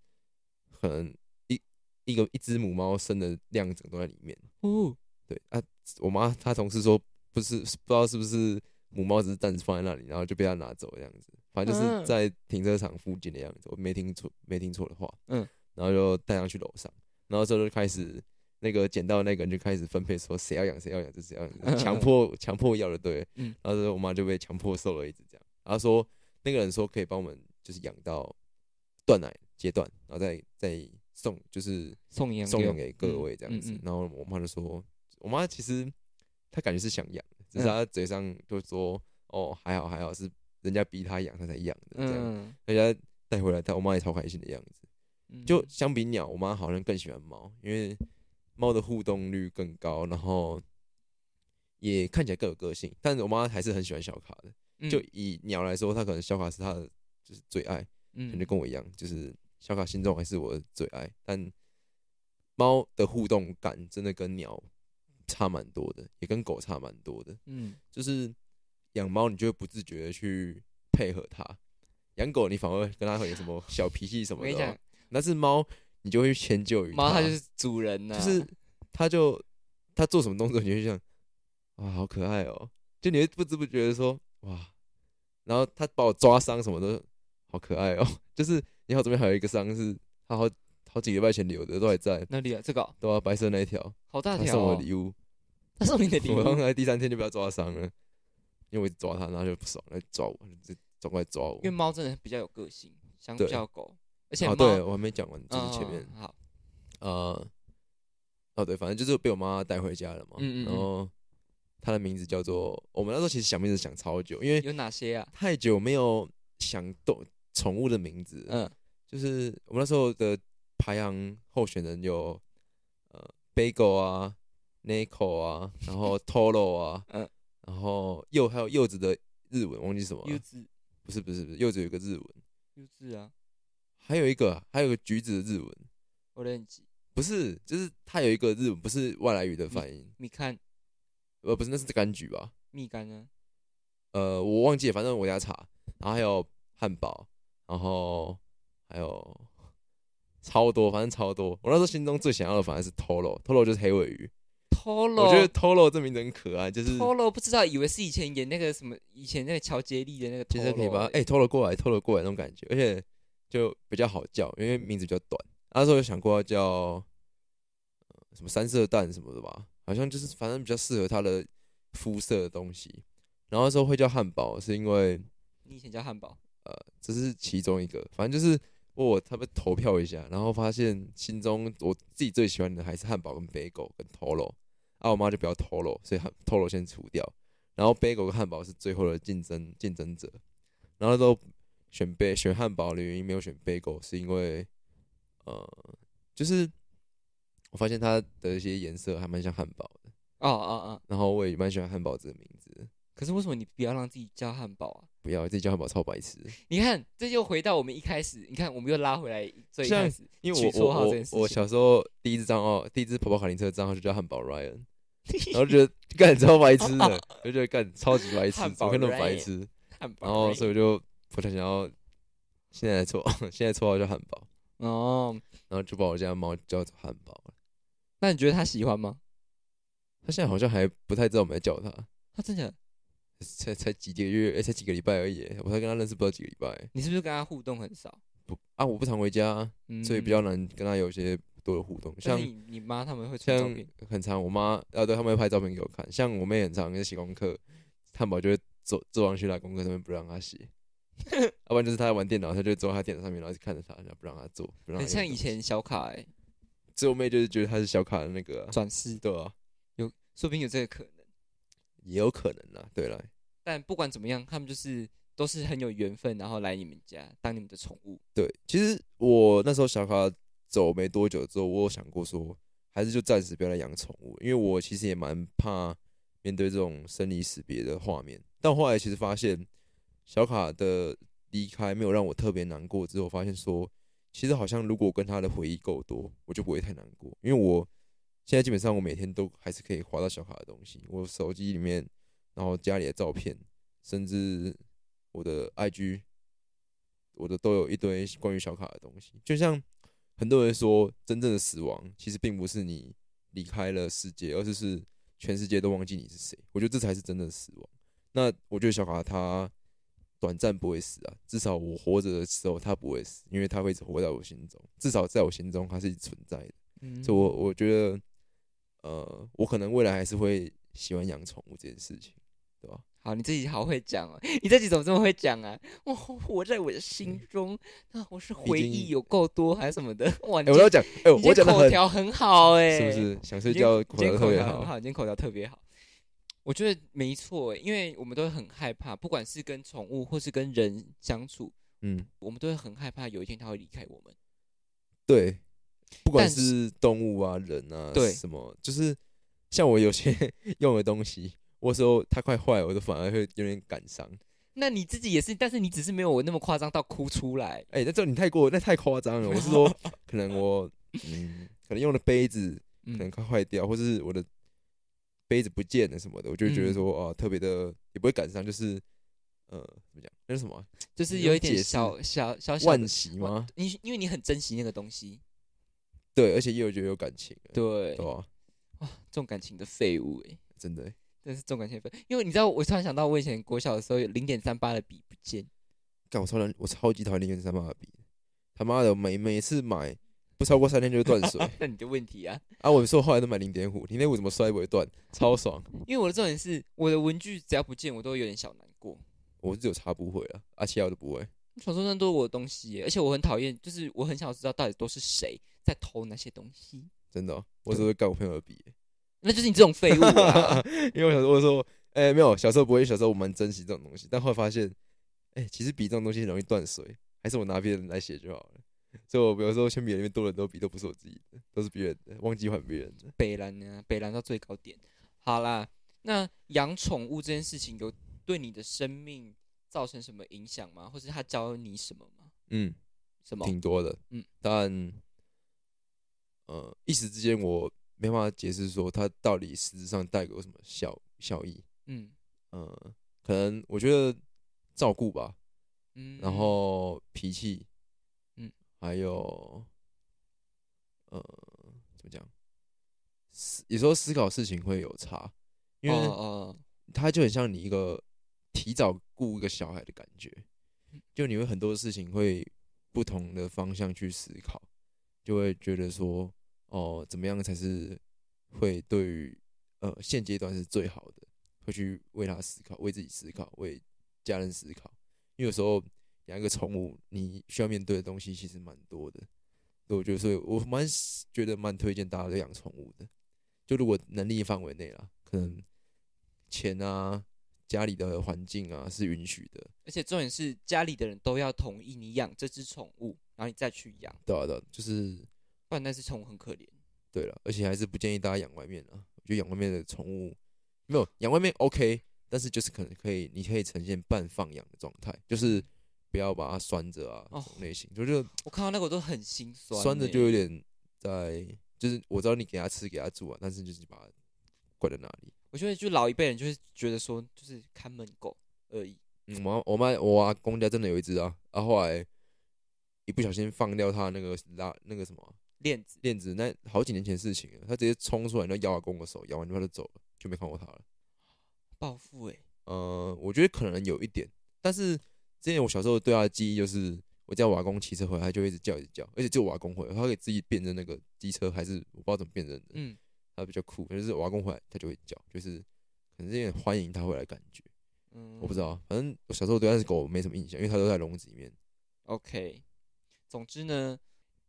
S2: 可能一一个一只母猫生的量整都在里面。
S1: 哦，
S2: 对啊，我妈她同事说不是不知道是不是母猫只是暂时放在那里，然后就被她拿走这样子，反正就是
S1: 嗯
S2: 在停车场附近的样子，我没听错没听错的话。
S1: 嗯，
S2: 然后就带上去楼上，然后之后就开始。那个捡到那个人就开始分配，说谁要养谁要养，这谁要
S1: 嗯
S2: 养，强迫强迫要的对了。
S1: 嗯
S2: 然后之后我妈就被强迫瘦了一只这样。然后说那个人说可以帮我们就是养到断奶阶段，然后再再送就是
S1: 送养
S2: 送
S1: 给
S2: 养
S1: 我
S2: 给各位这样子。
S1: 嗯嗯嗯
S2: 然后我妈就说，我妈其实她感觉是想养的，只是她
S1: 嗯
S2: 嘴上就说哦还好还好，是人家逼她养她才养的这样。
S1: 嗯，
S2: 大家带回来，她我妈也超开心的样子。
S1: 嗯
S2: 就相比鸟，我妈好像更喜欢猫，因为猫的互动率更高，然后也看起来更有个性。但是我妈还是很喜欢小卡的。
S1: 嗯
S2: 就以鸟来说，它可能小卡是它的就是最爱，可能
S1: 嗯
S2: 就跟我一样，就是小卡心中还是我的最爱。但猫的互动感真的跟鸟差蛮多的，也跟狗差蛮多的。
S1: 嗯，
S2: 就是养猫，你就会不自觉的去配合它；养狗，你反而会跟它有什么小脾气什
S1: 我
S2: 么
S1: 跟你
S2: 的
S1: 讲
S2: 哦。，但是猫，你就会去迁就于
S1: 猫它
S2: 它
S1: 就是主人啊呐，
S2: 就是它就它做什么动作，你就会想啊，好可爱哦，就你会不知不觉的说哇，然后它把我抓伤什么的，好可爱哦，就是你好这边还有一个伤是它好好几个礼拜前留的，都还在，
S1: 那里啊，这个哦
S2: 对啊，白色那一条，
S1: 好大
S2: 它
S1: 条
S2: 送我
S1: 哦
S2: 的，礼物，
S1: 它送你的礼
S2: 我刚
S1: 物，
S2: 才第三天就被它抓伤了，因为我一直抓它，然后它就不爽，来抓我，就直接走过来抓我
S1: 因为。猫真的比较有个性，相
S2: 对
S1: 较狗，而且
S2: 哦，
S1: 猫
S2: 对，我还没讲完，就是前
S1: 嗯
S2: 面。
S1: 好，
S2: 呃，哦对，反正就是被我妈带回家了嘛。
S1: 嗯嗯嗯
S2: 然后它的名字叫做，我们那时候其实想名字想超久，因为
S1: 有哪些啊？
S2: 太久没有想动宠物的名字。嗯，
S1: 嗯，
S2: 就是我们那时候的排行候选人有呃 Bagel 啊、Nico 啊，然后 Toro 啊，
S1: 嗯
S2: 然后柚还有柚子的日文忘记什么了
S1: 柚子，
S2: 不是不是不是柚子有一个日文，
S1: 柚子啊
S2: 还有一个还有一个橘子的日文。
S1: ，orange，
S2: 不是，就是它有一个日文，不是外来语
S1: 嗯
S2: 的反音，
S1: 你看
S2: 呃，不是，那是柑橘吧？
S1: 蜜柑啊，
S2: 呃，我忘记了，反正我家查，然后还有汉堡，然后还有超多，反正超多。我那时候心中最想要的反而是 Toro，Toro 就是黑尾鱼。
S1: Toro，
S2: 我觉得 Toro 这名字很可爱，就是
S1: Toro 不知道，以为是以前演那个什么，以前那个乔杰利的那个 Toro，
S2: 其实可以把它
S1: 欸
S2: 哎 Toro 过来，Toro 过来那种感觉，而且就比较好叫，因为名字比较短。那时候有想过要叫、呃什么三色蛋什么的吧，好像就是反正比较适合它的肤色的东西。然后那时候会叫汉堡，是因为
S1: 你以前叫汉堡，
S2: 呃，这是其中一个，反正就是我他们投票一下，然后发现心中我自己最喜欢的还是汉堡跟 bagel 跟 Toro，啊，我妈就不要 Toro，所以汉 Toro 先除掉，然后 bagel 跟汉堡是最后的竞争竞争者，然后都选 b 选汉堡的原因没有选 bagel 是因为呃，就是我发现它的一些颜色还蛮像汉堡的，
S1: 哦哦哦，
S2: 然后我也蛮喜欢汉堡这个名字的，
S1: 可是为什么你不要让自己叫汉堡啊？
S2: 不要自己叫汉堡超白痴的。
S1: 你看，这又回到我们一开始，你看我们又拉回来最一开始，
S2: 因
S1: 取
S2: 为我
S1: 绰号
S2: 我
S1: 这
S2: 我
S1: 件事
S2: 我
S1: 情
S2: 小时候第一只账号，第一只跑跑卡丁车账号就叫汉堡 Ryan，然后觉得干超白痴 的，就觉得干超级白痴，
S1: 汉
S2: 怎
S1: 堡
S2: 么会那么
S1: Ryan
S2: 白痴？
S1: 汉堡
S2: 然
S1: 而已。
S2: 后哦所以我就不太想要现在的绰，现在绰号叫汉堡，
S1: 哦，
S2: 然后就把我家猫叫做汉堡了。
S1: 那你觉得他喜欢吗？
S2: 它现在好像还不太知道我们在叫它，
S1: 他真的，
S2: 才才几个月，哎诶才几个礼拜而已，我才跟它认识不到几个礼拜。
S1: 你是不是跟他互动很少？
S2: 不啊，我不常回家，
S1: 嗯，
S2: 所以比较难跟它有一些多的互动。
S1: 但
S2: 像
S1: 是你你妈他们会传照
S2: 像
S1: 片，
S2: 很常我妈啊，对，他们会拍照片给我 看。像我妹很常在写功课，汉堡就会坐坐上去拿功课，他们不让她写，啊要不然就是他在玩电脑，他就坐在他电脑上面，然后就看着他，然后不让他做，不让他
S1: 很像
S2: 用
S1: 以
S2: 东西。
S1: 前小卡哎、
S2: 最后妹就是觉得他是小卡的那个啊、
S1: 转世，
S2: 对啊，
S1: 说不定有这个可能。
S2: 也有可能啦。对啦，
S1: 但不管怎么样，他们就是都是很有缘分，然后来你们家当你们的宠物。
S2: 对，其实我那时候小卡走没多久之后，我有想过说，还是就暂时不要来养宠物，因为我其实也蛮怕面对这种生离死别的画面。但后来其实发现，小卡的离开没有让我特别难过，之后发现说，其实好像如果跟他的回忆够多，我就不会太难过，因为我现在基本上我每天都还是可以划到小卡的东西，我手机里面，然后家里的照片，甚至我的 IG。我的都有一堆关于小卡的东西。就像很多人说，真正的死亡其实并不是你离开了世界，而是是全世界都忘记你是谁。我觉得这才是真正的死亡。那我觉得小卡他短暂不会死啊，至少我活着的时候他不会死，因为他会一直活在我心中。至少在我心中，他是存在的。
S1: 嗯
S2: 所以我我觉得，呃，我可能未来还是会喜欢养宠物这件事情，对吧？
S1: 好，你自己好会讲哦，你自己怎么这么会讲啊？哇，活在我的心
S2: 嗯
S1: 中，那、我是回
S2: 毕
S1: 忆
S2: 竟
S1: 有够多还是什么的？哇，
S2: 哎、
S1: 你
S2: 我要讲，哎、
S1: 今
S2: 我
S1: 你今天
S2: 讲的
S1: 口
S2: 很，
S1: 条很好哎、
S2: 是不是？想睡
S1: 你今天
S2: 觉口
S1: 今天
S2: 条特
S1: 口
S2: 别
S1: 条很
S2: 好，
S1: 好，你今天口条特别好。我觉得没错欸，因为我们都会很害怕，不管是跟宠物或是跟人相处，
S2: 嗯。
S1: 我们都会很害怕有一天它会离开我们。
S2: 对，不管
S1: 但是
S2: 是动物啊、人啊，
S1: 对
S2: 什么，就是像我有些 用的东西，我有时候它快坏了，我都反而会有点感伤。
S1: 那你自己也是，但是你只是没有我那么夸张到哭出来。
S2: 哎、那这你太过，那太夸张了。我是 说，可能我嗯，可能用的杯子可能
S1: 嗯，
S2: 快坏掉，或是我的杯子不见了什么的，我就会觉得
S1: 嗯
S2: 说啊，特别的也不会感伤，就是呃，怎么讲？那是什么啊
S1: 就是
S2: 你
S1: 有
S2: 有
S1: 一点
S2: 解释
S1: 小小小小的
S2: 惋惜
S1: 惋
S2: 吗？
S1: 你因为你很珍惜那个东西，
S2: 对，而且又觉得有感情了，
S1: 对，
S2: 对吧？
S1: 重感情的废物哎、
S2: 真的欸、
S1: 真是重感情的废物。因为你知道，我突然想到我以前国小的时候，有零点三八的笔不见，
S2: 干我超难，我超级讨厌零元三八的笔，他妈的每每次买不超过三天就会断水
S1: 那你的问题啊。
S2: 啊！我说后来都买零点五，零点五怎么摔不会断，超爽。
S1: 因为我的重点是，我的文具只要不见，我都会有点小难过。
S2: 我是只有擦不会了，啊，其他我都不会。
S1: 传说中都是我的东西耶，而且我很讨厌，就是我很想知道到底都是谁在偷那些东西。
S2: 真的哦、我只会干我朋友的笔、
S1: 那就是你这种废物啊！
S2: 因为我小时候我说，哎、没有，小时候不会，小时候我蛮珍惜这种东西，但后来发现，哎、其实笔这种东西很容易断水，还是我拿别人来写就好了。所以我有时候铅笔里面多了很多笔，都不是我自己的，都是别人的，忘记还别人的。
S1: 北兰呢、北兰到最高点。好啦，那养宠物这件事情有对你的生命造成什么影响吗？或是它教你什么吗？
S2: 嗯。
S1: 什么？
S2: 挺多的，
S1: 嗯
S2: 嗯，但呃，一时之间我没办法解释说它到底实质上带给我什么效效益。
S1: 嗯
S2: 呃，可能我觉得照顾吧，
S1: 嗯
S2: 然后脾气，
S1: 嗯
S2: 嗯，还有呃，怎么讲，思有时候思考事情会有差，因
S1: 哦
S2: 为
S1: 哦，
S2: 它就很像你一个提早顾一个小孩的感觉，就你会很多事情会不同的方向去思考，就会觉得说，哦，怎么样才是会对于呃现阶段是最好的，会去为他思考，为自己思考，为家人思考。因为有时候养一个宠物，你需要面对的东西其实蛮多的。对，我觉得，所以我蛮觉得蛮推荐大家都养宠物的。就如果能力范围内啦，可能钱啊、家里的环境啊是允许的，
S1: 而且重点是家里的人都要同意你养这只宠物，然后你再去养，
S2: 对啊，对啊，就是
S1: 不然那只宠物很可怜。
S2: 对了，而且还是不建议大家养外面啊。我觉得养外面的宠物没有养外面 OK，但是就是可能可以，你可以呈现半放养的状态，就是不要把它拴着啊，
S1: 哦
S2: 这种类型。就就
S1: 我看到那个我都很心酸欸、
S2: 拴着就有点在，就是我知道你给它吃给它住啊，但是就是把它关在那里。
S1: 我觉得就老一辈人就是觉得说，就是看门狗而已。
S2: 嗯，我妈我妈我阿公家真的有一只啊，啊后来一不小心放掉它那个拉那个什么啊
S1: 链子，
S2: 链子，那好几年前的事情了，它直接冲出来，然后咬阿公的手，咬完之后它就走了，就没看过它了。
S1: 暴富哎、
S2: 呃，我觉得可能有一点，但是之前我小时候对它的记忆就是，我叫瓦工骑车回来，它就会一直叫一直叫，而且就瓦工回来，它可以自己辨认那个机车，还是我不知道怎么辨认的，
S1: 嗯，
S2: 它比较酷，就是瓦工回来它就会叫，就是可能是有点欢迎它回来的感觉。
S1: 嗯，
S2: 我不知道，反正我小时候对那只狗没什么印象，因为它都在笼子里面。
S1: OK，总之呢，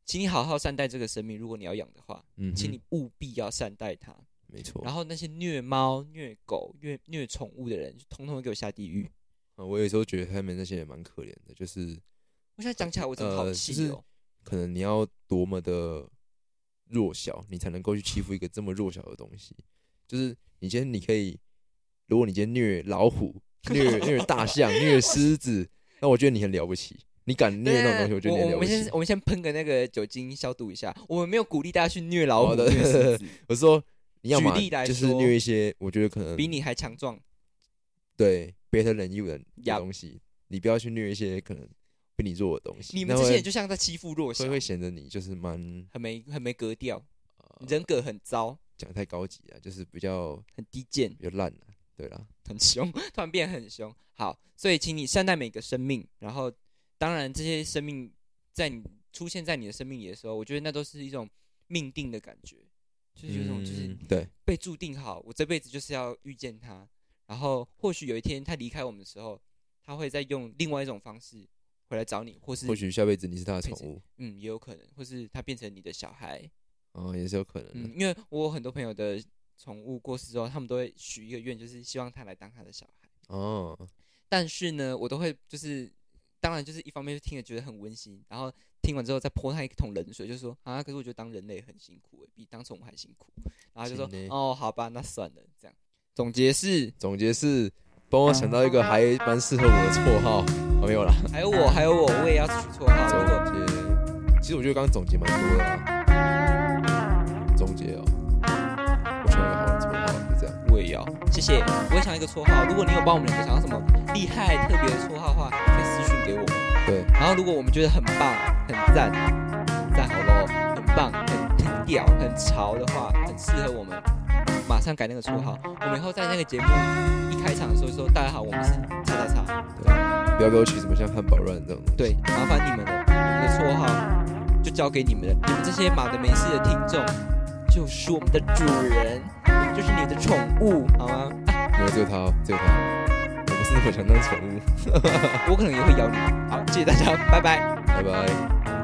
S1: 请你好好善待这个生命，如果你要养的话，
S2: 嗯哼，
S1: 请你务必要善待它。
S2: 没错。
S1: 然后那些虐猫、虐狗、虐虐宠物的人，就通通给我下地狱。
S2: 嗯我有时候觉得他们那些也蛮可怜的，就是
S1: 我现在讲起来，我真的好
S2: 呃
S1: 气
S2: 就
S1: 哦、
S2: 是可能你要多么的弱小，你才能够去欺负一个这么弱小的东西。就是你今天你可以，如果你今天虐老虎、 虐虐大象、虐狮子，那我觉得你很了不起。你敢
S1: 对
S2: 虐那种东西，
S1: 我
S2: 我觉得你
S1: 我
S2: 很了不
S1: 们先
S2: 起。
S1: 我们先喷个那个酒精消毒一下。我们没有鼓励大家去虐老虎、
S2: 好的
S1: 虐狮子，
S2: 我是说，你要么
S1: 举例来
S2: 就是
S1: 说
S2: 虐一些，我觉得可能
S1: 比你还强壮。
S2: 对 better than you 的的
S1: Yup
S2: 东西，你不要去虐一些可能比你弱的东西。
S1: 你们
S2: 那
S1: 这些
S2: 会
S1: 人就像在欺负弱小
S2: 会，会显得你就是蛮
S1: 很没很没格调，
S2: 呃
S1: 人格很糟，
S2: 讲太高级啊，就是比较
S1: 很低贱，
S2: 比较烂啊，对啦。
S1: 很凶， 突然变很凶。好，所以请你善待每个生命，然后当然这些生命在你出现在你的生命里的时候，我觉得那都是一种命定的感觉，就是有一种就是
S2: 嗯对，
S1: 被注定好，我这辈子就是要遇见他。然后或许有一天他离开我们的时候，他会再用另外一种方式回来找你，或是
S2: 或许下辈子你是他的
S1: 配
S2: 宠
S1: 置
S2: 物，
S1: 嗯也有可能，或是他变成你的小孩。
S2: 哦，也是有可能的
S1: 嗯，。因为我有很多朋友的宠物过世之后，他们都会许一个愿，就是希望他来当他的小孩。
S2: 哦，
S1: 但是呢，我都会就是，当然就是一方面就听了觉得很温馨，然后听完之后再泼他一桶冷水，就说啊，可是我觉得当人类很辛苦、欸比当宠物还辛苦。然后他就说
S2: 真的
S1: 哦，好吧，那算了，这样。总结是，
S2: 总结是，帮
S1: 嗯
S2: 我想到一个还蛮适合我的绰号，哦，没有啦。
S1: 还有我，还有我，我也要取绰号。
S2: 总
S1: 如果
S2: 结，其实我觉得刚刚总结蛮多的啦。总结哦，我想一个好的绰号，就这样。
S1: 我也要，谢谢。我也想一个绰号，如果你有帮我们两个想到什么厉害特别的绰号的话，可以私讯给我们。
S2: 对，
S1: 然后如果我们觉得很棒、很赞、赞好咯，很棒、很很屌、很潮的话，很适合我们，马上改那个绰号。我们以后在那个节目一开场的时候说：“大家好，我们是叉叉叉。
S2: 啊不要给我取什么像汉堡乱这种东”西。
S1: 对，，麻烦你们了，我们的绰号就交给你们了。你们这些马的没事的听众，就是我们的主人，我们就是你的宠物，好吗？
S2: 没有只有他哦，只有他。我不是那么想当宠物，
S1: 啊我可能也会咬你。好，谢谢大家，拜拜。
S2: 拜拜。